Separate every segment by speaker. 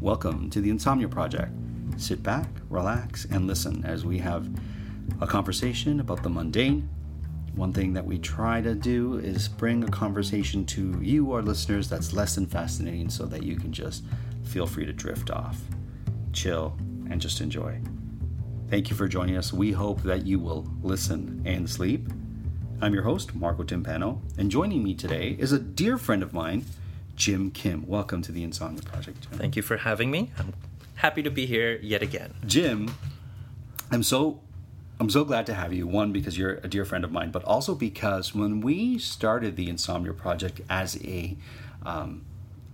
Speaker 1: Welcome to the Insomnia Project. Sit back, relax, and listen as we have a conversation about the mundane. One thing that we try to do is bring a conversation to you, our listeners, that's less than fascinating so that you can just feel free to drift off, chill, and just enjoy. Thank you for joining us. We hope that you will listen and sleep. I'm your host, Marco Timpano, and joining me today is a dear friend of mine, Jim Kim. Welcome to the Insomnia Project, Jim.
Speaker 2: Thank you for having me. I'm happy to be here yet again.
Speaker 1: Jim, I'm so I'm so glad to have you. One because you're a dear friend of mine, but also because when we started the Insomnia Project as a um,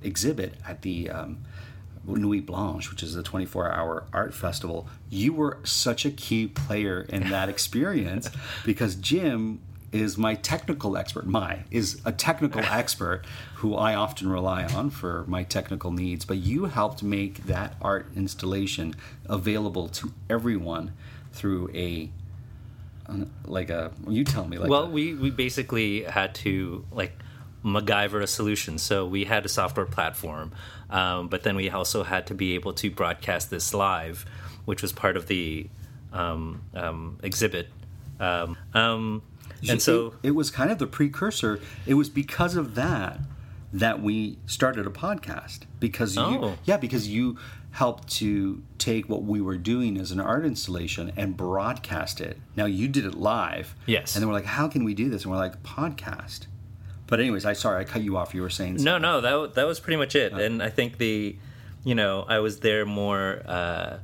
Speaker 1: exhibit at the um, Nuit Blanche, which is a 24-hour art festival, you were such a key player in that experience because Jim is my technical expert. My is a technical expert who I often rely on for my technical needs, but you helped make that art installation available to everyone through a an- like a you tell me like
Speaker 2: Well,
Speaker 1: a-
Speaker 2: we, we basically had to like MacGyver a solution. So we had a software platform, um, but then we also had to be able to broadcast this live, which was part of the um, um, exhibit. Um, um, and so
Speaker 1: it, it was kind of the precursor. It was because of that that we started a podcast because you
Speaker 2: Oh.
Speaker 1: yeah because you helped to take what we were doing as an art installation and broadcast it. Now you did it live.
Speaker 2: Yes.
Speaker 1: And then we're like, how can we do this? And we're like, podcast. But anyways, I sorry I cut you off. You were saying
Speaker 2: No, no, that wa- that was pretty much
Speaker 1: Oh.
Speaker 2: it. And I think the, you know, I was there more. Uh,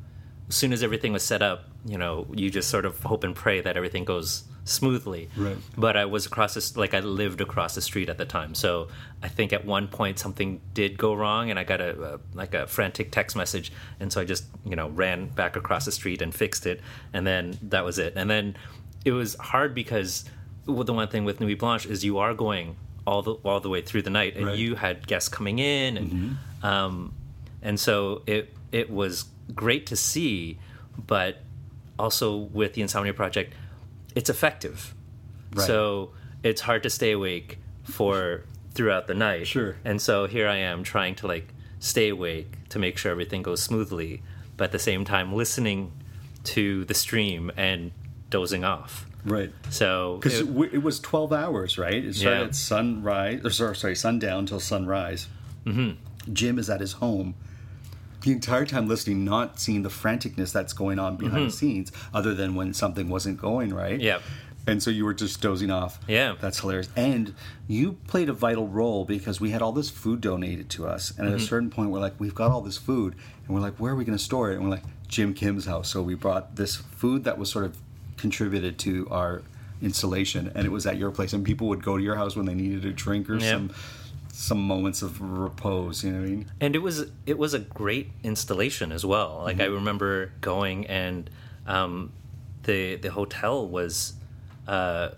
Speaker 2: as soon as everything was set up, you know, you just sort of hope and pray that everything goes smoothly.
Speaker 1: Right.
Speaker 2: But I was across this, like I lived across the street at the time, so I think at one point something did go wrong, and I got a, a like a frantic text message, and so I just you know ran back across the street and fixed it, and then that was it. And then it was hard because well, the one thing with Nuit Blanche is you are going all the all the way through the night, and
Speaker 1: Right. Mm-hmm.
Speaker 2: you had guests coming in, and um, and so it it was great to see, but also with the Insomnia Project, it's effective.
Speaker 1: Right.
Speaker 2: So it's hard to stay awake for throughout the night.
Speaker 1: Sure.
Speaker 2: And so here I am trying to like stay awake to make sure everything goes smoothly, but at the same time listening to the stream and dozing off.
Speaker 1: right.
Speaker 2: So
Speaker 1: Because
Speaker 2: it-
Speaker 1: it, w- it was twelve hours, right? It started
Speaker 2: Yeah.
Speaker 1: at sunrise, or sorry, sorry, sundown till sunrise. Mm-hmm. Jim is at his home the entire time listening, not seeing the franticness that's going on behind the scenes, other than when something wasn't going right.
Speaker 2: Yep.
Speaker 1: And so you were just dozing off.
Speaker 2: Yeah.
Speaker 1: That's hilarious. And you played a vital role because we had all this food donated to us. And at a certain point, we're like, we've got all this food. And we're like, where are we going to store it? And we're like, Jim Kim's house. So we brought this food that was sort of contributed to our installation. And it was at your place. And people would go to your house when they needed a drink or
Speaker 2: Yeah.
Speaker 1: some some moments of repose. You know what I mean?
Speaker 2: and it was it was a great installation as well. Like I remember going and um, the the hotel was uh,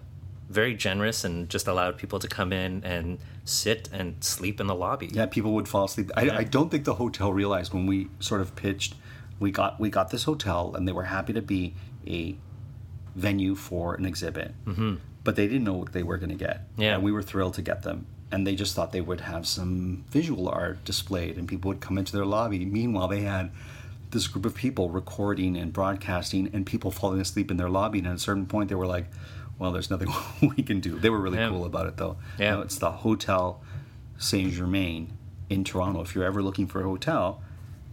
Speaker 2: very generous and just allowed people to come in and sit and sleep in the lobby.
Speaker 1: Yeah, people would fall asleep. I, I don't think the hotel realized when we sort of pitched, we got we got this hotel, and they were happy to be a venue for an exhibit. Mm-hmm. But they didn't know what they were going to get.
Speaker 2: Yeah.
Speaker 1: and we were thrilled to get them, and they just thought they would have some visual art displayed, and people would come into their lobby. Meanwhile, they had this group of people recording and broadcasting, and people falling asleep in their lobby. And at a certain point, they were like. well, there's nothing we can do. They were really
Speaker 2: Yeah.
Speaker 1: cool about it, though.
Speaker 2: Yeah.
Speaker 1: You know, it's the Hotel Saint Germain in Toronto. If you're ever looking for a hotel,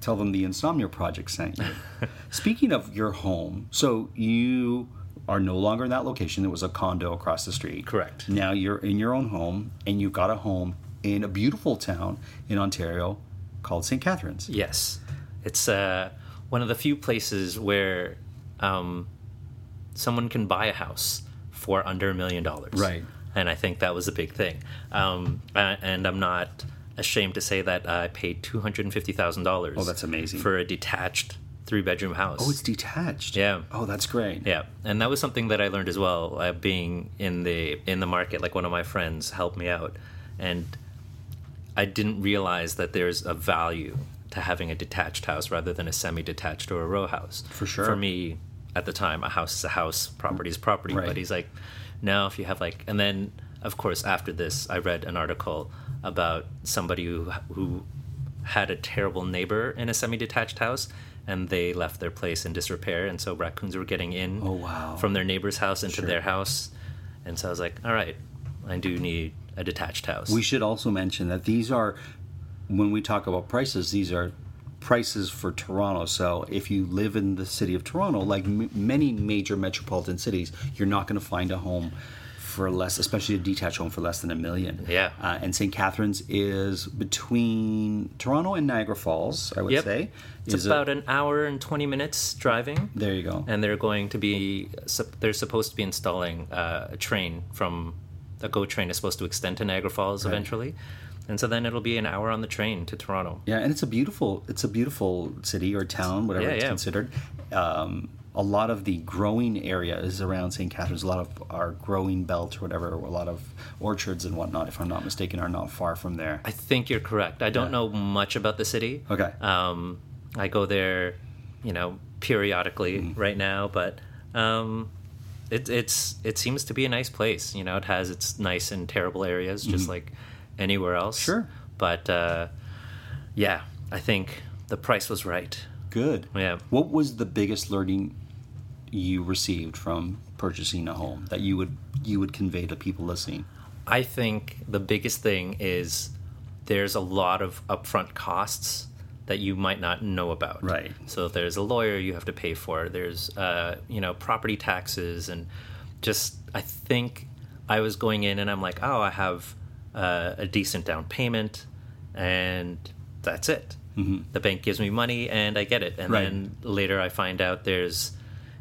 Speaker 1: tell them the Insomnia Project sent you. Speaking of your home, so you are no longer in that location. It was a condo across the street.
Speaker 2: Correct.
Speaker 1: Now you're in your own home, and you've got a home in a beautiful town in Ontario called St. Catharines.
Speaker 2: Yes, it's uh, one of the few places where um, someone can buy a house for under a million dollars.
Speaker 1: Right.
Speaker 2: and I think that was a big thing. Um, a- and I'm not ashamed to say that I paid two hundred and fifty thousand dollars.
Speaker 1: Oh, that's amazing.
Speaker 2: for a detached three bedroom house.
Speaker 1: Oh, it's detached.
Speaker 2: Yeah.
Speaker 1: Oh, that's great.
Speaker 2: Yeah, and that was something that I learned as well, uh, being in the in the market. Like one of my friends helped me out, and I didn't realize that there's a value to having a detached house rather than a semi-detached or a row house. For
Speaker 1: sure.
Speaker 2: For me, at the time, a house is a house, property is property.
Speaker 1: Right.
Speaker 2: But he's like, no, if you have like, and then of course after this, I read an article about somebody who who had a terrible neighbor in a semi-detached house and they left their place in disrepair and so raccoons were getting in
Speaker 1: Oh, wow.
Speaker 2: from their neighbor's house into their house and so i was like all right i do need a detached house
Speaker 1: We should also mention that these are, when we talk about prices, these are prices for Toronto. So if you live in the city of Toronto, like m- many major metropolitan cities, you're not going to find a home for less, especially a detached home for less than a million.
Speaker 2: Yeah.
Speaker 1: Uh, and St. Catharines is between Toronto and Niagara Falls, I would
Speaker 2: Yep.
Speaker 1: say.
Speaker 2: it's
Speaker 1: Is a-
Speaker 2: about an hour and 20 minutes driving
Speaker 1: there you go.
Speaker 2: and they're going to be sup- they're supposed to be installing uh, a train from a go train is supposed to extend to niagara falls eventually and so then it'll be an hour on the train to toronto
Speaker 1: Yeah, and it's a beautiful it's a beautiful city or town, whatever
Speaker 2: Yeah,
Speaker 1: it's
Speaker 2: yeah.
Speaker 1: considered. Um, a lot of the growing area is around St. Catharines. A lot of our growing belt or whatever, a lot of orchards and whatnot, if I'm not mistaken, are not far from there.
Speaker 2: i think you're correct i don't know much about the city
Speaker 1: Okay.
Speaker 2: Um, I go there, you know, periodically
Speaker 1: Mm-hmm.
Speaker 2: right now, but um, it, it's it seems to be a nice place. You know, it has its nice and terrible areas, just like anywhere else.
Speaker 1: Mm-hmm. Sure.
Speaker 2: But uh, yeah, I think the price was right.
Speaker 1: Good.
Speaker 2: Yeah.
Speaker 1: What was the biggest learning you received from purchasing a home that you would you would convey to people listening?
Speaker 2: I think the biggest thing is there's a lot of upfront costs that you might not know about.
Speaker 1: Right.
Speaker 2: So there's a lawyer you have to pay for. There's uh, you know property taxes and just I think I was going in and I'm like, oh, I have uh, a decent down payment, and that's it. The bank gives me money and I get it, and
Speaker 1: Mm-hmm. Right.
Speaker 2: then later I find out there's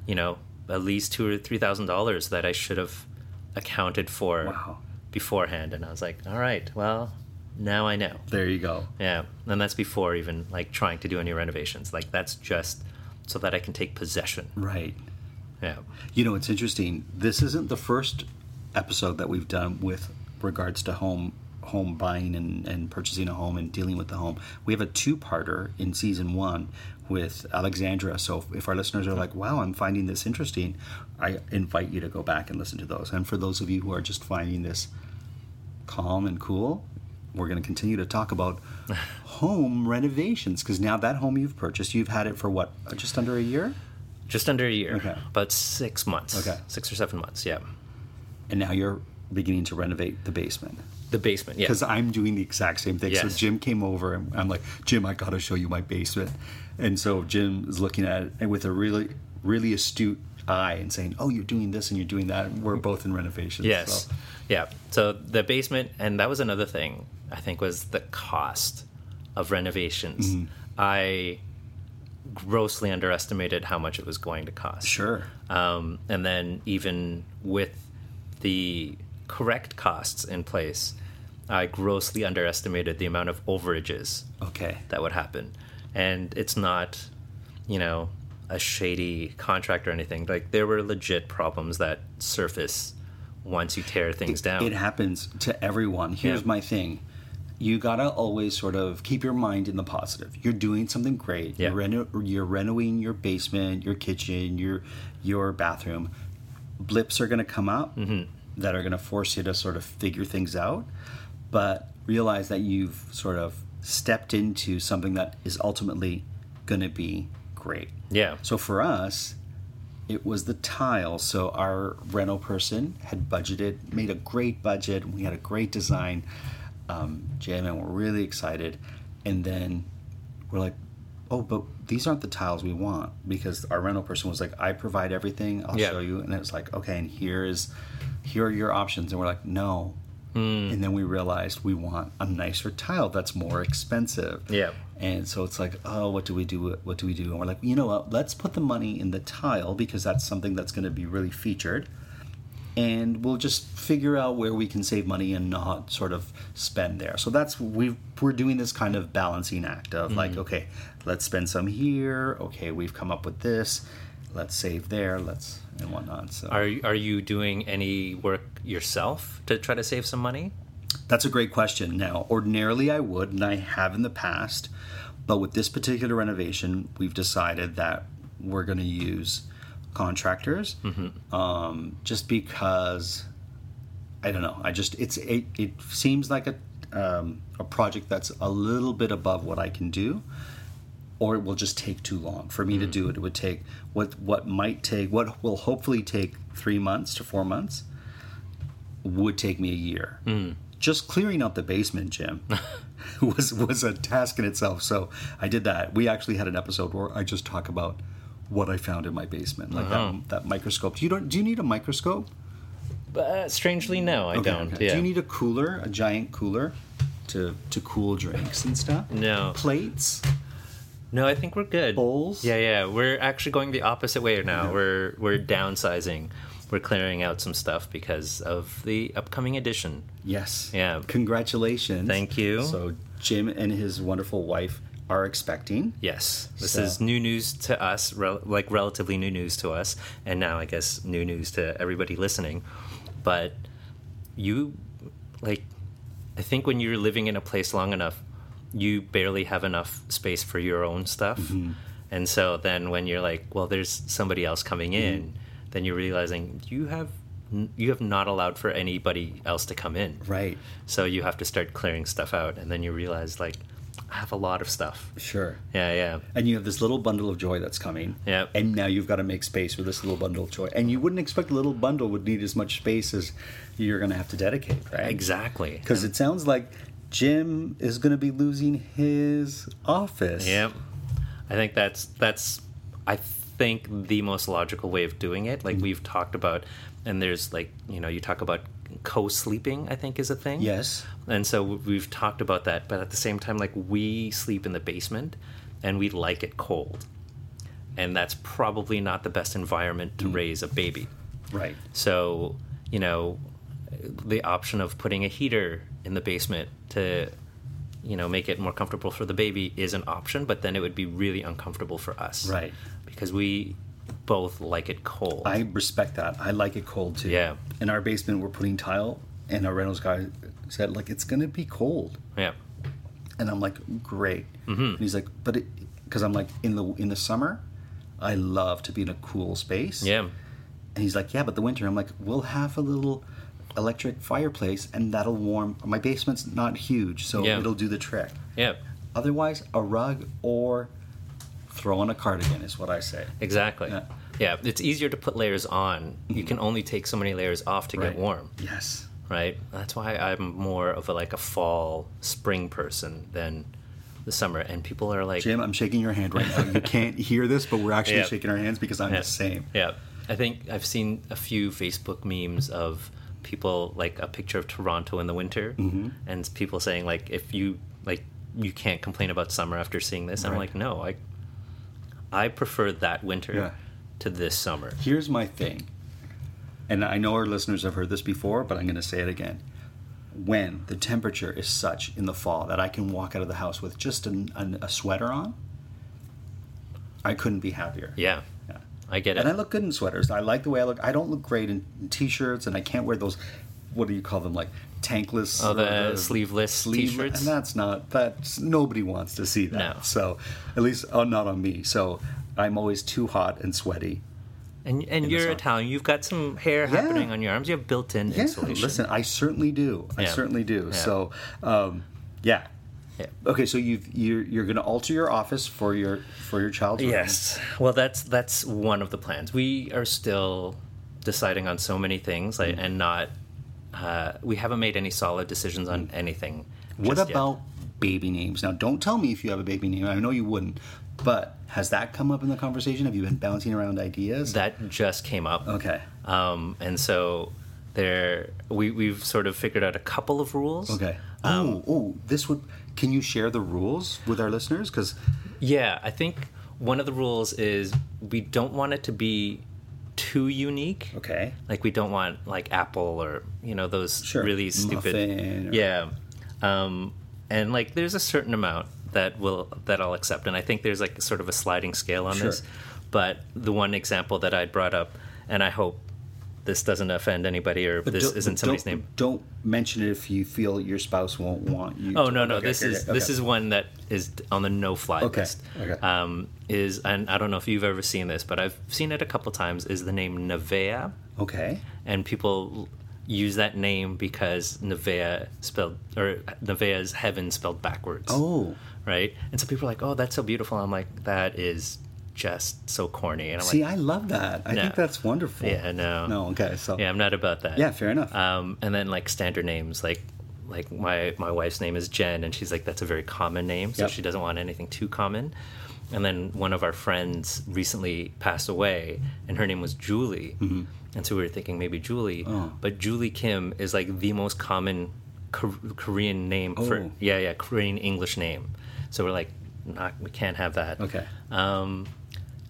Speaker 2: you know at least two or three thousand dollars that I should have accounted for
Speaker 1: Wow.
Speaker 2: beforehand, and I was like, all right, well, now I know.
Speaker 1: There you go.
Speaker 2: Yeah, and that's before even like trying to do any renovations. Like that's just so that I can take possession.
Speaker 1: Right.
Speaker 2: Yeah.
Speaker 1: You know, it's interesting. This isn't the first episode that we've done with regards to home home buying and, and purchasing a home and dealing with the home. We have a two-parter in season one with Alexandra. So if, if our listeners are like, wow, I'm finding this interesting, I invite you to go back and listen to those. And for those of you who are just finding this calm and cool, we're going to continue to talk about home renovations because now that home you've purchased, you've had it for what, just under a year?
Speaker 2: Just under a year.
Speaker 1: Okay.
Speaker 2: About six months.
Speaker 1: Okay.
Speaker 2: Six or seven months, yeah.
Speaker 1: And now you're beginning to renovate the basement.
Speaker 2: The basement, yeah.
Speaker 1: because I'm doing the exact same thing. So
Speaker 2: Yes.
Speaker 1: Jim came over and I'm like, Jim, I gotta show you my basement. And so Jim is looking at it and with a really, really astute eye and saying, Oh, you're doing this and you're doing that. And we're both in renovations.
Speaker 2: Yes.
Speaker 1: So,
Speaker 2: Yeah. So the basement, and that was another thing I think was the cost of renovations.
Speaker 1: Mm-hmm.
Speaker 2: I grossly underestimated how much it was going to cost.
Speaker 1: sure.
Speaker 2: Um, and then even with the correct costs in place, I grossly underestimated the amount of overages
Speaker 1: Okay.
Speaker 2: that would happen. And it's not, you know, a shady contract or anything. Like there were legit problems that surface once you tear things down.
Speaker 1: It happens to everyone. Here's
Speaker 2: Yeah.
Speaker 1: my thing. You gotta always sort of keep your mind in the positive. You're doing something great. You're,
Speaker 2: Yeah.
Speaker 1: reno- you're renovating your basement, your kitchen, your your bathroom. Blips are gonna come up
Speaker 2: Mm-hmm.
Speaker 1: that are gonna force you to sort of figure things out, but realize that you've sort of stepped into something that is ultimately gonna be great.
Speaker 2: yeah.
Speaker 1: So for us, It was the tile. So our rental person had budgeted, made a great budget. We had a great design. Um, Jim and we're really excited. And then we're like, oh, but these aren't the tiles we want because our rental person was like, I provide everything. I'll
Speaker 2: Yeah.
Speaker 1: show you. And it was like, okay, and here is, here are your options. And we're like, no. And then we realized we want a nicer tile that's more expensive.
Speaker 2: Yeah.
Speaker 1: And so it's like, oh, what do we do? What do we do? And we're like, you know what? Let's put the money in the tile because that's something that's going to be really featured. And we'll just figure out where we can save money and not sort of spend there. So that's we we're doing this kind of balancing act of like, okay, let's spend some here. Okay, we've come up with this. Let's save there. Let's and whatnot. So
Speaker 2: Are are you doing any work yourself to try to save some money?
Speaker 1: That's a great question. Now, ordinarily I would, and I have in the past, but with this particular renovation, we've decided that we're going to use contractors, um, just because I don't know. I just it's it, it seems like a um, a project that's a little bit above what I can do, or it will just take too long for me to do it. It would take what what might take what will hopefully take three months to four months would take me a year. Just clearing out the basement, Jim, was was a task in itself. So I did that. We actually had an episode where I just talk about what I found in my basement, like
Speaker 2: Mm-hmm.
Speaker 1: that, that microscope. Do you don't? Do you need a microscope?
Speaker 2: Uh, strangely, no, I
Speaker 1: Okay,
Speaker 2: don't.
Speaker 1: okay.
Speaker 2: Yeah.
Speaker 1: Do you need a cooler, a giant cooler, to to cool drinks and stuff?
Speaker 2: No.
Speaker 1: Plates.
Speaker 2: No, I think we're good.
Speaker 1: Bowls?
Speaker 2: Yeah, yeah. We're actually going the opposite way now. We're we're downsizing. We're clearing out some stuff because of the upcoming edition.
Speaker 1: Yes.
Speaker 2: Yeah.
Speaker 1: Congratulations.
Speaker 2: Thank you.
Speaker 1: So Jim and his wonderful wife are expecting.
Speaker 2: Yes, this
Speaker 1: So-
Speaker 2: is new news to us, rel- like relatively new news to us, and now I guess new news to everybody listening. But you, like, I think when you're living in a place long enough, you barely have enough space for your own stuff.
Speaker 1: Mm-hmm.
Speaker 2: And so then when you're like, well, there's somebody else coming
Speaker 1: Mm-hmm.
Speaker 2: in, then you're realizing you have you have not allowed for anybody else to come in.
Speaker 1: Right.
Speaker 2: So you have to start clearing stuff out, and then you realize like I have a lot of stuff.
Speaker 1: Sure.
Speaker 2: Yeah, yeah.
Speaker 1: and you have this little bundle of joy that's coming.
Speaker 2: Yep.
Speaker 1: And now you've got to make space for this little bundle of joy. And you wouldn't expect a little bundle would need as much space as you're going to have to dedicate, right?
Speaker 2: Exactly.
Speaker 1: Because it sounds like Jim is going to be losing his office.
Speaker 2: Yep. I think that's that's I think the most logical way of doing it. Like we've talked about and there's like, you know, you talk about co-sleeping, I think is a thing.
Speaker 1: Yes.
Speaker 2: And so w- we've talked about that, but at the same time like we sleep in the basement and we like it cold. And that's probably not the best environment to raise a baby.
Speaker 1: Right.
Speaker 2: So, you know, the option of putting a heater in the basement to, you know, make it more comfortable for the baby is an option, but then it would be really uncomfortable for us.
Speaker 1: Right.
Speaker 2: Because we both like it cold.
Speaker 1: I respect that. I like it cold too.
Speaker 2: Yeah.
Speaker 1: In our basement, we're putting tile, and our rentals guy said, like, it's going to be cold.
Speaker 2: yeah.
Speaker 1: and I'm like, great.
Speaker 2: Mm-hmm.
Speaker 1: And he's like, but because I'm like in the in the summer, I love to be in a cool space.
Speaker 2: Yeah.
Speaker 1: And he's like, yeah, but the winter. I'm like, we'll have a little electric fireplace, and that'll warm. My basement's not huge, so
Speaker 2: Yeah.
Speaker 1: it'll do the trick.
Speaker 2: Yeah.
Speaker 1: Otherwise, a rug or throw on a cardigan is what I say.
Speaker 2: Exactly.
Speaker 1: Yeah.
Speaker 2: Yeah. It's easier to put layers on. You can only take so many layers off to
Speaker 1: Right.
Speaker 2: get warm.
Speaker 1: Yes.
Speaker 2: right? That's why I'm more of a, like a fall, spring person than the summer. And people are like,
Speaker 1: Jim, I'm shaking your hand right now. You can't hear this, but we're actually
Speaker 2: Yeah.
Speaker 1: shaking our hands because I'm
Speaker 2: Yeah.
Speaker 1: the same.
Speaker 2: Yeah, I think I've seen a few Facebook memes of people like a picture of Toronto in the winter,
Speaker 1: Mm-hmm.
Speaker 2: and people saying like, if you like, you can't complain about summer after seeing this. I'm
Speaker 1: Right.
Speaker 2: like, no, I, I prefer that winter
Speaker 1: Yeah.
Speaker 2: to this summer.
Speaker 1: Here's my thing, and I know our listeners have heard this before, but I'm going to say it again. When the temperature is such in the fall that I can walk out of the house with just an, an, a sweater on, I couldn't be happier.
Speaker 2: Yeah,
Speaker 1: Yeah.
Speaker 2: I get it.
Speaker 1: And I look good in sweaters. I like the way I look. I don't look great in t-shirts, and I can't wear those. What do you call them? Like tankless.
Speaker 2: Oh, the
Speaker 1: or
Speaker 2: sleeveless t-shirts?
Speaker 1: And that's not. That's nobody wants to see that.
Speaker 2: No.
Speaker 1: So, at least uh, not on me. So, I'm always too hot and sweaty.
Speaker 2: and and you're
Speaker 1: summer.
Speaker 2: Italian. You've got some hair happening on your arms. You have built-in
Speaker 1: Yeah,
Speaker 2: insulation.
Speaker 1: listen, I certainly do. I
Speaker 2: Yeah.
Speaker 1: certainly do.
Speaker 2: Yeah.
Speaker 1: So, um, yeah, Okay, so you've, you're you're going to alter your office for your for your child's room.
Speaker 2: Yes. Well, that's that's one of the plans. We are still deciding on so many
Speaker 1: Mm.
Speaker 2: things, like, and not. Uh, we haven't made any solid decisions on anything.
Speaker 1: Mm. What
Speaker 2: just yet.
Speaker 1: about baby names? Now, don't tell me if you have a baby name. I know you wouldn't, but has that come up in the conversation? Have you been bouncing around ideas?
Speaker 2: that? Just came up.
Speaker 1: okay.
Speaker 2: Um, and so there, we we've sort of figured out a couple of rules.
Speaker 1: Okay.
Speaker 2: Um,
Speaker 1: oh, oh, this would. Can you share the rules with our listeners? Because
Speaker 2: Yeah, I think one of the rules is we don't want it to be too unique.
Speaker 1: okay,
Speaker 2: Like we don't want like Apple or you know those
Speaker 1: Sure.
Speaker 2: really stupid.
Speaker 1: Muffin or-
Speaker 2: Yeah, um, and like there's a certain amount that will that I'll accept, and I think there's like sort of a sliding scale on
Speaker 1: Sure.
Speaker 2: this. But the one example that I brought up, and I hope this doesn't offend anybody or this
Speaker 1: Don't-
Speaker 2: isn't somebody's
Speaker 1: don't-
Speaker 2: name.
Speaker 1: Don't mention it if you feel your spouse won't want you.
Speaker 2: Oh
Speaker 1: to-
Speaker 2: no no
Speaker 1: okay,
Speaker 2: this
Speaker 1: okay,
Speaker 2: is
Speaker 1: okay,
Speaker 2: this
Speaker 1: okay.
Speaker 2: is one that is on the no fly
Speaker 1: Okay,
Speaker 2: list.
Speaker 1: okay.
Speaker 2: Um, is and I don't know if you've ever seen this, but I've seen it a couple times. Is the name Nevea,
Speaker 1: okay.
Speaker 2: and people use that name because Nevea spelled or Nevea is heaven spelled backwards.
Speaker 1: Oh,
Speaker 2: right. And so people are like, "Oh, that's so beautiful." I'm like, "That is just so corny." And I'm
Speaker 1: see,
Speaker 2: like,
Speaker 1: I love that. I think
Speaker 2: No.
Speaker 1: that's wonderful.
Speaker 2: Yeah, no.
Speaker 1: No, okay, so
Speaker 2: "Yeah, I'm not about that."
Speaker 1: yeah, fair enough.
Speaker 2: Um, and then like standard names like like my my wife's name is Jen and she's like that's a very common name so
Speaker 1: Yep.
Speaker 2: she doesn't want anything too common. And then one of our friends recently passed away and her name was Julie.
Speaker 1: Mm-hmm.
Speaker 2: And so we were thinking maybe Julie,
Speaker 1: Oh.
Speaker 2: but Julie Kim is like the most common Kor- Korean name for
Speaker 1: Oh.
Speaker 2: yeah, yeah, Korean English name. So we're like not we can't have that.
Speaker 1: okay.
Speaker 2: Um,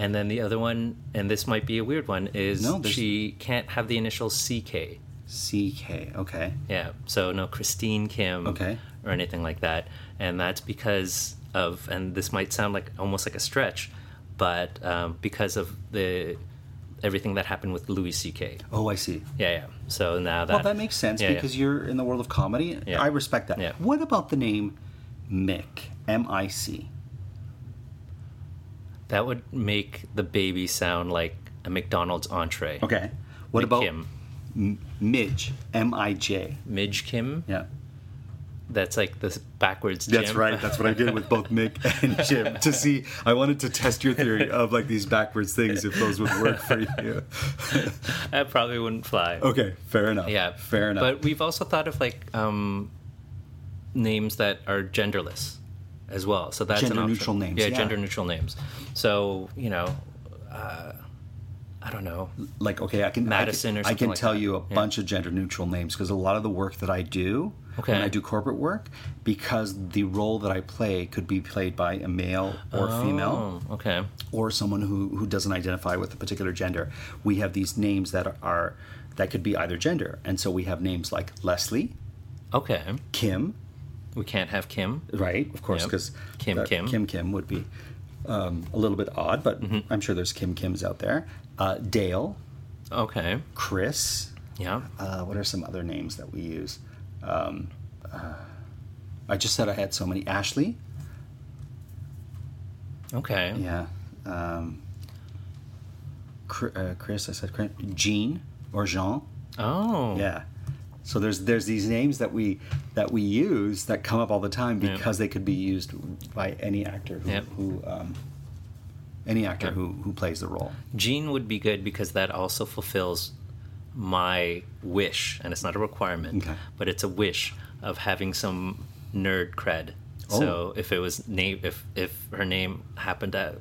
Speaker 2: and then the other one, and this might be a weird one, is
Speaker 1: No, there's-
Speaker 2: she can't have the initial CK.
Speaker 1: CK. Okay.
Speaker 2: Yeah. So no Christine Kim
Speaker 1: Okay.
Speaker 2: or anything like that. And that's because of and this might sound like almost like a stretch, but um, because of the everything that happened with Louis C.K.
Speaker 1: Oh, I see.
Speaker 2: Yeah, yeah. So now that
Speaker 1: Well, that makes sense
Speaker 2: Yeah, yeah.
Speaker 1: because you're in the world of comedy.
Speaker 2: Yeah.
Speaker 1: I respect that.
Speaker 2: Yeah.
Speaker 1: What about the name Mick? M I C.
Speaker 2: that would make the baby sound like a McDonald's entree.
Speaker 1: Okay. What about
Speaker 2: Kim.
Speaker 1: Midge? M I J.
Speaker 2: Midge Kim.
Speaker 1: Yeah.
Speaker 2: That's like the backwards.
Speaker 1: That's
Speaker 2: Jim.
Speaker 1: right. That's what I did with both Mick and Jim to see. I wanted to test your theory of like these backwards things if those would work for you.
Speaker 2: that probably wouldn't fly.
Speaker 1: Okay, fair enough.
Speaker 2: Yeah,
Speaker 1: fair enough.
Speaker 2: But we've also thought of like um, names that are genderless as well. So that's an option.
Speaker 1: Gender-neutral names,
Speaker 2: Yeah,
Speaker 1: yeah.
Speaker 2: gender neutral names. So you know, uh, I don't know.
Speaker 1: like okay, I can
Speaker 2: Madison
Speaker 1: I
Speaker 2: or
Speaker 1: can, I
Speaker 2: something
Speaker 1: can
Speaker 2: like
Speaker 1: tell
Speaker 2: that.
Speaker 1: you a bunch of gender neutral names because a lot of the work that I do
Speaker 2: Okay.
Speaker 1: when I do corporate work because the role that I play could be played by a male or female
Speaker 2: Oh, okay.
Speaker 1: or someone who, who doesn't identify with a particular gender. We have these names that are that could be either gender. And so we have names like Leslie,
Speaker 2: Okay.
Speaker 1: Kim,
Speaker 2: We can't have Kim.
Speaker 1: right? Of course,
Speaker 2: Yep.
Speaker 1: because
Speaker 2: Kim Kim.
Speaker 1: Kim Kim would be um, a little bit odd, but
Speaker 2: Mm-hmm.
Speaker 1: I'm sure there's Kim Kims out there. Uh, Dale,
Speaker 2: Okay.
Speaker 1: Chris,
Speaker 2: Yeah.
Speaker 1: uh, what are some other names that we use? Um, uh, I just said I had so many. Ashley.
Speaker 2: Okay.
Speaker 1: Yeah. Um, Cr- uh, Chris. I said Chris. Jean or Jean.
Speaker 2: Oh.
Speaker 1: Yeah. So there's there's these names that we that we use that come up all the time
Speaker 2: Yeah.
Speaker 1: because they could be used by any actor who,
Speaker 2: Yep.
Speaker 1: who um, any actor who, who plays the role.
Speaker 2: Jean would be good because that also fulfills my wish, and it's not a requirement,
Speaker 1: Okay.
Speaker 2: but it's a wish of having some nerd cred.
Speaker 1: Oh.
Speaker 2: So if it was name, if if her name happened to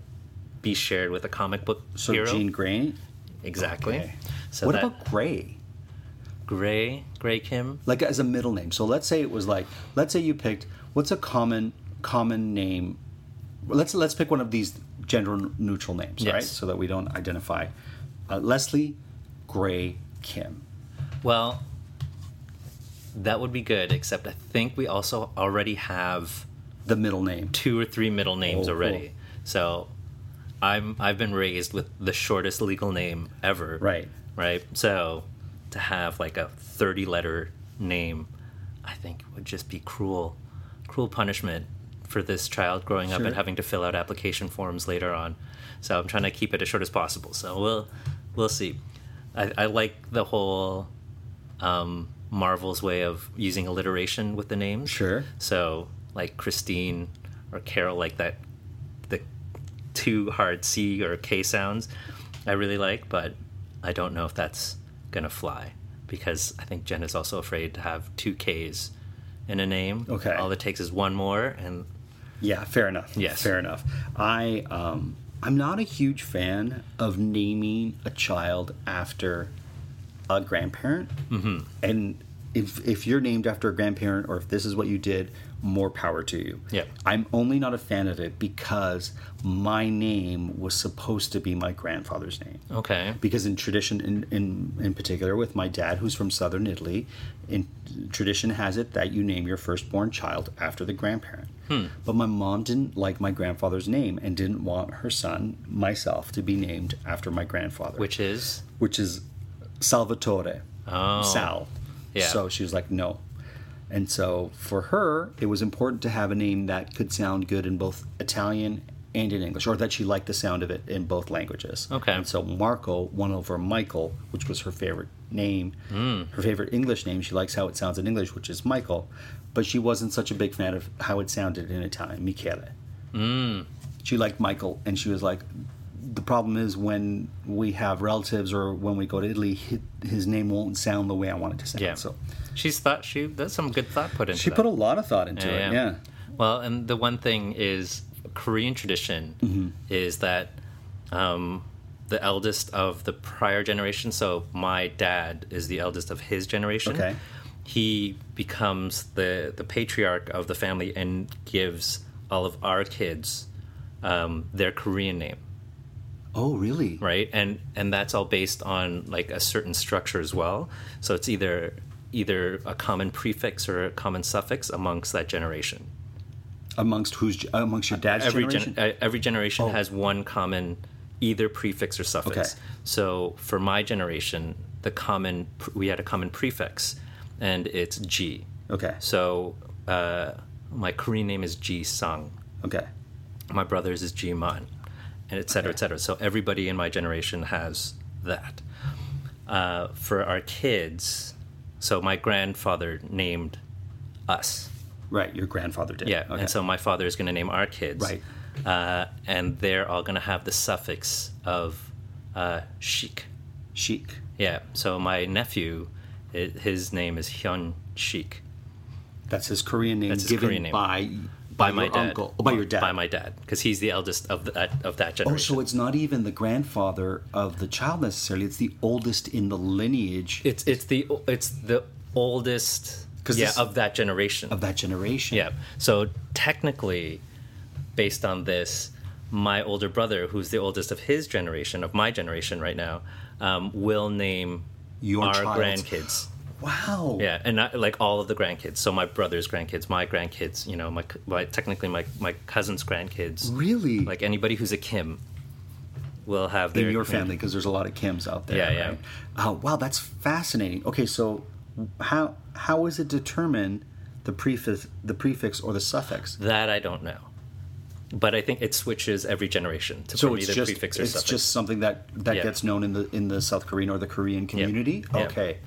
Speaker 2: be shared with a comic book
Speaker 1: So
Speaker 2: hero,
Speaker 1: Jean Grey.
Speaker 2: exactly.
Speaker 1: Okay.
Speaker 2: So
Speaker 1: what
Speaker 2: that
Speaker 1: about Grey?
Speaker 2: Gray Gray Kim?
Speaker 1: like as a middle name. So let's say it was like let's say you picked what's a common common name. Let's let's pick one of these gender neutral names,
Speaker 2: Yes.
Speaker 1: right? So that we don't identify uh, Leslie Gray Kim.
Speaker 2: Well, that would be good. Except I think we also already have
Speaker 1: The middle name.
Speaker 2: two or three middle names
Speaker 1: Oh,
Speaker 2: already.
Speaker 1: cool.
Speaker 2: So I'm I've been raised with the shortest legal name ever.
Speaker 1: Right.
Speaker 2: Right. So to have like a 30 letter name I think would just be cruel cruel punishment for this child growing up
Speaker 1: Sure.
Speaker 2: and having to fill out application forms later on. So I'm trying to keep it as short as possible. So we'll we'll see. I, I like the whole um, Marvel's way of using alliteration with the names.
Speaker 1: Sure.
Speaker 2: So like Christine or Carol, like that the two hard C or K sounds I really like, but I don't know if that's gonna fly because I think Jen is also afraid to have two K's in a name.
Speaker 1: Okay.
Speaker 2: All it takes is one more and
Speaker 1: Yeah, fair enough.
Speaker 2: Yes.
Speaker 1: fair enough. I um, I'm not a huge fan of naming a child after a grandparent. Mm-hmm. And if if you're named after a grandparent, or if this is what you did, more power to you.
Speaker 2: Yeah.
Speaker 1: I'm only not a fan of it because my name was supposed to be my grandfather's name
Speaker 2: okay.
Speaker 1: because in tradition in, in, in particular with my dad who's from southern italy in tradition has it that you name your firstborn child after the grandparent but my mom didn't like my grandfather's name and didn't want her son myself to be named after my grandfather
Speaker 2: Which is
Speaker 1: which is salvatore sal
Speaker 2: Oh. Yeah.
Speaker 1: so she was like no and so for her it was important to have a name that could sound good in both italian and in english or that she liked the sound of it in both languages
Speaker 2: Okay.
Speaker 1: and so so Marco won over Michael, which was her favorite name.
Speaker 2: Hmm.
Speaker 1: Her favorite English name. She likes how it sounds in English, which is Michael, but she wasn't such a big fan of how it sounded in Italian, Michele. She liked Michael, and she was like, the problem is when we have relatives or when we go to Italy, hi- his name won't sound the way I want it to sound.
Speaker 2: yeah.
Speaker 1: So
Speaker 2: She's thought she that's some good thought put into
Speaker 1: she
Speaker 2: that.
Speaker 1: put a lot of thought into it. Yeah.
Speaker 2: Well, and the one thing is Korean tradition is that um, the eldest of the prior generation, so my dad is the eldest of his generation.
Speaker 1: Okay.
Speaker 2: He becomes the the patriarch of the family and gives all of our kids um, their Korean name
Speaker 1: Oh, really?
Speaker 2: right and and that's all based on like a certain structure as well so it's either either a common prefix or a common suffix amongst that generation
Speaker 1: Amongst who's amongst your dad's
Speaker 2: every
Speaker 1: generation? Oh.
Speaker 2: gen- uh, every generation has one common either prefix or suffix
Speaker 1: Okay.
Speaker 2: so for my generation the common pr- we had a common prefix and it's g
Speaker 1: okay.
Speaker 2: so uh, my korean name is g sung
Speaker 1: Okay.
Speaker 2: my brother's is Gmon, and et cetera, et cetera. So everybody in my generation has that. Uh, for our kids, so my grandfather named us.
Speaker 1: Right. Your grandfather did.
Speaker 2: Yeah,
Speaker 1: Okay.
Speaker 2: and so my father is going to name our kids.
Speaker 1: Right.
Speaker 2: Uh, and they're all going to have the suffix of uh, Sheik.
Speaker 1: chic.
Speaker 2: Yeah, so my nephew, i his name is Hyun Sheik.
Speaker 1: That's his Korean name
Speaker 2: That's his
Speaker 1: given
Speaker 2: Korean name.
Speaker 1: by
Speaker 2: By my
Speaker 1: your
Speaker 2: dad.
Speaker 1: uncle, oh, by your dad.
Speaker 2: By my dad, because he's the eldest of that of that
Speaker 1: oh,
Speaker 2: generation.
Speaker 1: so it's not even the grandfather of the child necessarily. It's the oldest in the lineage
Speaker 2: It's it's the it's the oldest
Speaker 1: 'Cause
Speaker 2: yeah,
Speaker 1: this-
Speaker 2: of that generation.
Speaker 1: of that generation.
Speaker 2: yeah. So technically, based on this, my older brother, who's the oldest of his generation, of my generation right now, um, will name
Speaker 1: Your
Speaker 2: our
Speaker 1: child's-
Speaker 2: grandkids.
Speaker 1: Wow.
Speaker 2: Yeah, and I, like all of the grandkids. So my brother's grandkids, my grandkids, you know, my, c- my technically my my cousin's grandkids,
Speaker 1: Really?
Speaker 2: like anybody who's a Kim, will have
Speaker 1: in
Speaker 2: their
Speaker 1: your family because there's a lot of Kims out there.
Speaker 2: Yeah, yeah.
Speaker 1: right? Oh, wow, that's fascinating. Okay, so how how is it determined the prefix the prefix or the suffix?
Speaker 2: That I don't know. But I think it switches every generation to
Speaker 1: So
Speaker 2: from
Speaker 1: it's
Speaker 2: either
Speaker 1: just
Speaker 2: prefix or
Speaker 1: it's
Speaker 2: suffix.
Speaker 1: just something that that
Speaker 2: Yeah.
Speaker 1: gets known in the in the South Korean or the Korean community.
Speaker 2: Yeah.
Speaker 1: Okay.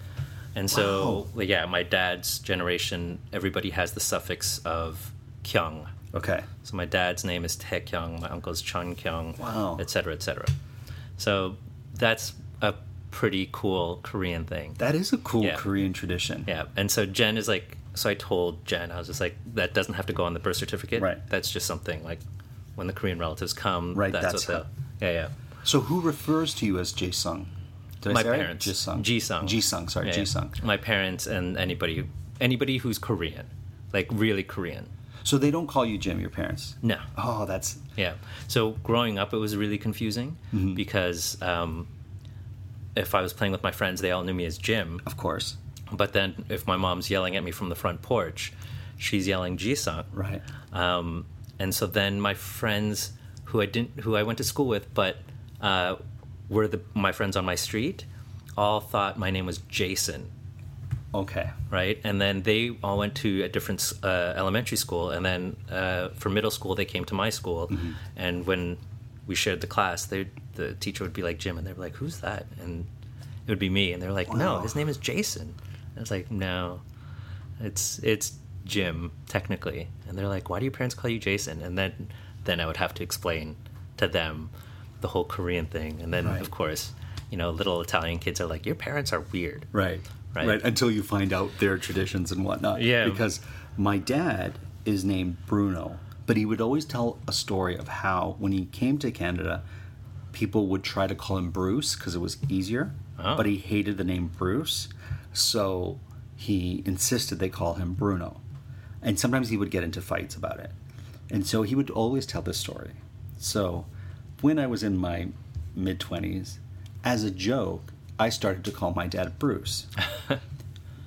Speaker 2: and so, like, yeah, my dad's generation, everybody has the suffix of kyung.
Speaker 1: Okay.
Speaker 2: So my dad's name is Tae Kyung, my uncle's Chun Kyung,
Speaker 1: Wow.
Speaker 2: et cetera, et cetera. So that's a pretty cool Korean thing.
Speaker 1: That is a cool
Speaker 2: Yeah.
Speaker 1: Korean tradition.
Speaker 2: Yeah, and so Jen is like, so I told Jen, I was just like, that doesn't have to go on the birth certificate.
Speaker 1: Right.
Speaker 2: That's just something like when the Korean relatives come.
Speaker 1: Right,
Speaker 2: That's,
Speaker 1: that's
Speaker 2: what
Speaker 1: how-
Speaker 2: they'll. Yeah, yeah.
Speaker 1: So who refers to you as Jaesung? Did
Speaker 2: my
Speaker 1: I say
Speaker 2: parents.
Speaker 1: Right? Jaesung.
Speaker 2: Jisung.
Speaker 1: Jisung, sorry,
Speaker 2: Yeah, yeah.
Speaker 1: Jisung.
Speaker 2: My parents and anybody anybody who's Korean, like really Korean.
Speaker 1: So they don't call you Jim, your parents?
Speaker 2: No.
Speaker 1: Oh, that's
Speaker 2: Yeah. So growing up, it was really confusing
Speaker 1: Mm-hmm.
Speaker 2: because um, if I was playing with my friends, they all knew me as Jim.
Speaker 1: of course.
Speaker 2: But then if my mom's yelling at me from the front porch, she's yelling Jisung.
Speaker 1: Right.
Speaker 2: Um, and so then my friends who I didn't, who I went to school with, but uh, were the, my friends on my street, all thought my name was Jason.
Speaker 1: Okay.
Speaker 2: right? And then they all went to a different uh, elementary school, and then uh, for middle school they came to my school, and when we shared the class, they, the teacher would be like Jim, and they were like, "Who's that?" And it would be me, and they were like, "No, his name is Jason." And I was like, "No, it's it's Jim technically, and they're like, "Why do your parents call you Jason?" And then then I would have to explain to them the whole Korean thing, and then
Speaker 1: Right.
Speaker 2: of course, you know, little Italian kids are like, "Your parents are weird."
Speaker 1: Right.
Speaker 2: Right.
Speaker 1: Until you find out their traditions and whatnot.
Speaker 2: Yeah.
Speaker 1: Because my dad is named Bruno, but he would always tell a story of how when he came to Canada, people would try to call him Bruce because it was easier, but he hated the name Bruce. So he insisted they call him Bruno. And sometimes he would get into fights about it. And so he would always tell this story. So when I was in my mid 20s, as a joke, I started to call my dad Bruce.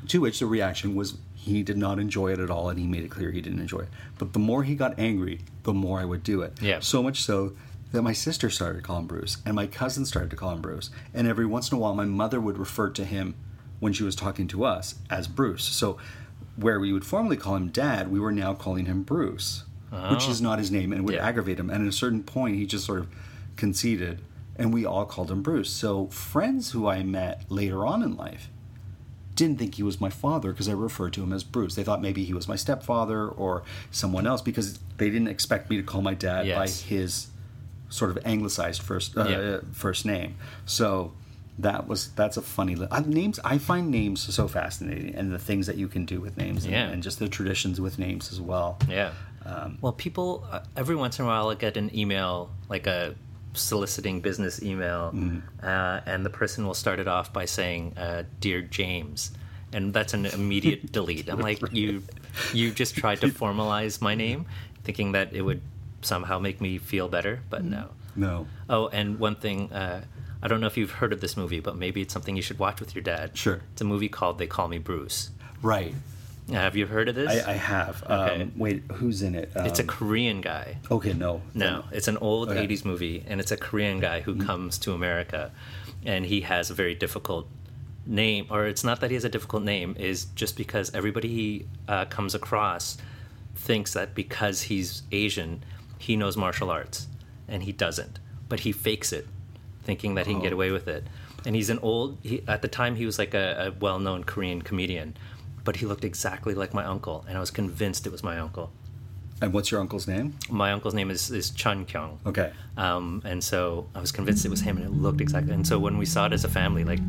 Speaker 1: to which the reaction was he did not enjoy it at all and he made it clear he didn't enjoy it. But the more he got angry, the more I would do it.
Speaker 2: Yeah.
Speaker 1: So much so that my sister started to call him Bruce and my cousin started to call him Bruce. And every once in a while, my mother would refer to him when she was talking to us as Bruce. So where we would formerly call him dad, we were now calling him Bruce, which is not his name and would
Speaker 2: Oh. Yeah.
Speaker 1: aggravate him. And at a certain point, he just sort of conceded and we all called him Bruce. So friends who I met later on in life didn't think he was my father because I referred to him as Bruce. They thought maybe he was my stepfather or someone else because they didn't expect me to call my dad
Speaker 2: Yes.
Speaker 1: by his sort of anglicized first uh,
Speaker 2: Yeah.
Speaker 1: first name. So that was that's a funny li- I, names. I find names so fascinating and the things that you can do with names and-
Speaker 2: Yeah.
Speaker 1: and, just the traditions with names as well.
Speaker 2: Yeah.
Speaker 1: Um,
Speaker 2: well, people uh, every once in a while I get an email like a soliciting business email,
Speaker 1: Mm-hmm.
Speaker 2: uh, and the person will start it off by saying, uh, "Dear James." And that's an immediate delete. I'm like, you, you just tried to formalize my name, thinking that it would somehow make me feel better,
Speaker 1: Mm-hmm.
Speaker 2: but no.
Speaker 1: No,
Speaker 2: Oh, and one thing, uh, I don't know if you've heard of this movie, but maybe it's something you should watch with your dad.
Speaker 1: Sure.
Speaker 2: It's a movie called "They Call Me Bruce."
Speaker 1: right.
Speaker 2: Uh, Have you heard of this?
Speaker 1: I, I have.
Speaker 2: Okay.
Speaker 1: Um, wait, who's in it? Um,
Speaker 2: it's a Korean guy.
Speaker 1: okay. No,
Speaker 2: No, it's an old
Speaker 1: Okay.
Speaker 2: 80s movie, and it's a Korean guy who comes to America, and he has a very difficult name, or it's not that he has a difficult name, is just because everybody he uh, comes across thinks that because he's Asian, he knows martial arts, and he doesn't. But he fakes it, thinking that he can get away with it. And he's an old, he, at the time, he was like a, a well known Korean comedian, but he looked exactly like my uncle, and I was convinced it was my uncle.
Speaker 1: And what's your uncle's name?
Speaker 2: My uncle's name is, is Chun Kyung.
Speaker 1: Okay.
Speaker 2: Um, and so I was convinced it was him, and it looked exactly. And so when we saw it as a family, like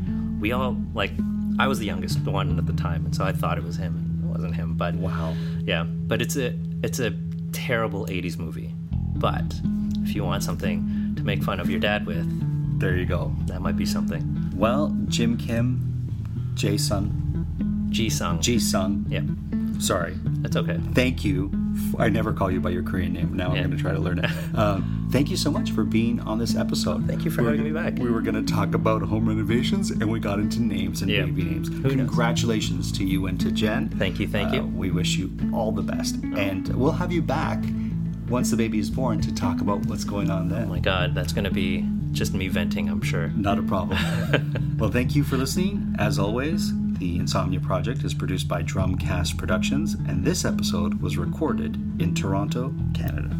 Speaker 2: we all like, I was the youngest one at the time, and so I thought it was him. and It wasn't him, but
Speaker 1: Wow.
Speaker 2: yeah. But it's a it's a terrible '80s movie. But if you want something to make fun of your dad with,
Speaker 1: There you go.
Speaker 2: that might be something.
Speaker 1: Well, Jim Kim, Jason,
Speaker 2: Ji Sung.
Speaker 1: G Sung.
Speaker 2: Yeah,
Speaker 1: Sorry.
Speaker 2: that's okay. Oh
Speaker 1: Thank you. f- I never call you by your Korean name. Now
Speaker 2: Yeah.
Speaker 1: I'm going to try to learn it. Um, thank you so much for being on this episode.
Speaker 2: Thank you for
Speaker 1: We were-
Speaker 2: having me back.
Speaker 1: We were going to talk about home renovations, and we got into names and
Speaker 2: Yeah.
Speaker 1: baby names.
Speaker 2: knows?
Speaker 1: Congratulations to you and to Jen. Uh,
Speaker 2: Thank you, thank you. Oh.
Speaker 1: We wish you all the best, and we'll have you back once the baby is born to talk about what's going on then.
Speaker 2: Oh my God, that's gonna be just me venting, I'm sure.
Speaker 1: Not a problem. well, thank you for listening. As always, the Insomnia Project is produced by Drumcast Productions, and this episode was recorded in Toronto, Canada.